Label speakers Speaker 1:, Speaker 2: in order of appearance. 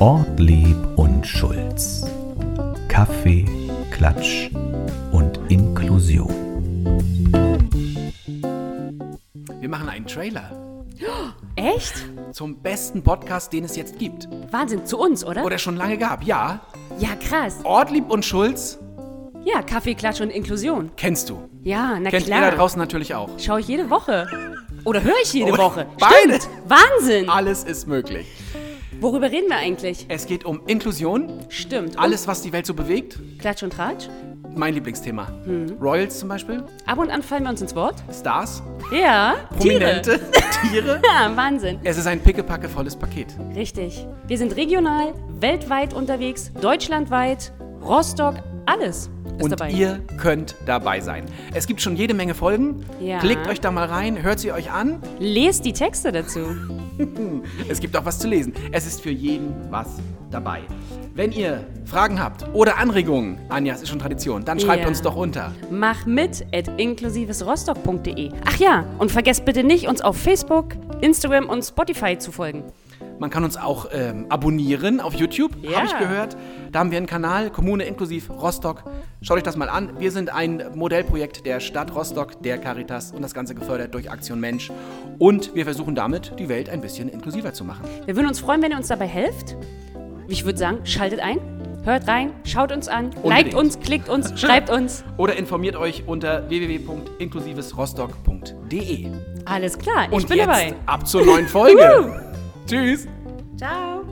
Speaker 1: Ortlieb und Schulz. Kaffee, Klatsch und Inklusion.
Speaker 2: Wir machen einen Trailer
Speaker 3: Echt?
Speaker 2: zum besten Podcast, den es jetzt gibt.
Speaker 3: Wahnsinn, zu uns, oder?
Speaker 2: Oder schon lange gab, ja.
Speaker 3: Ja, krass.
Speaker 2: Ortlieb und Schulz
Speaker 3: Ja, Kaffee, Klatsch und Inklusion.
Speaker 2: kennst du.
Speaker 3: Ja, na
Speaker 2: Kennt ihr da
Speaker 3: klar.
Speaker 2: draußen Oh, natürlich auch.
Speaker 3: Schau ich jede Woche. Oder höre ich jede
Speaker 2: Oder
Speaker 3: Woche.
Speaker 2: beides.
Speaker 3: Stimmt. Wahnsinn.
Speaker 2: Alles ist möglich.
Speaker 3: Worüber reden wir eigentlich?
Speaker 2: Es geht um Inklusion,
Speaker 3: Stimmt. Und
Speaker 2: alles, was die Welt so bewegt.
Speaker 3: Klatsch und Tratsch.
Speaker 2: Mein Lieblingsthema.
Speaker 3: Mhm.
Speaker 2: Royals zum Beispiel,
Speaker 3: Ab und an fallen wir uns ins Wort.
Speaker 2: Stars,
Speaker 3: Ja. Tiere.
Speaker 2: Prominente, Tiere.
Speaker 3: Ja, Wahnsinn.
Speaker 2: Es ist ein pickepackevolles Paket.
Speaker 3: Richtig. Wir sind regional, weltweit unterwegs, deutschlandweit, Rostock, alles ist
Speaker 2: Und
Speaker 3: dabei.
Speaker 2: ihr könnt dabei sein. Es gibt schon jede Menge Folgen.
Speaker 3: Ja.
Speaker 2: Klickt euch da mal rein, hört sie euch an.
Speaker 3: Lest die Texte dazu.
Speaker 2: Es gibt auch was zu lesen. Es ist für jeden was dabei. Wenn ihr Fragen habt oder Anregungen, Anja, es ist schon Tradition, dann schreibt
Speaker 3: Ja.
Speaker 2: uns doch unter.
Speaker 3: Mach mit at inklusivesrostock.de. Ach ja, und vergesst bitte nicht, uns auf Facebook, Instagram und Spotify zu folgen.
Speaker 2: Man kann uns auch ähm, abonnieren auf YouTube,
Speaker 3: Ja.
Speaker 2: habe ich gehört. Da haben wir einen Kanal, Kommune inklusiv Rostock. Schaut euch das mal an. Wir sind ein Modellprojekt der Stadt Rostock, der Caritas und das Ganze gefördert durch Aktion Mensch. Und wir versuchen damit, die Welt ein bisschen inklusiver zu machen.
Speaker 3: Wir würden uns freuen, wenn ihr uns dabei helft. Ich würde sagen, schaltet ein, hört rein, schaut uns an, liked uns, klickt uns, schreibt uns.
Speaker 2: Oder informiert euch unter www.inklusivesrostock.de.
Speaker 3: Alles klar, ich
Speaker 2: Und
Speaker 3: bin
Speaker 2: jetzt
Speaker 3: dabei.
Speaker 2: ab zur neuen Folge. Tschüss.
Speaker 3: Ciao.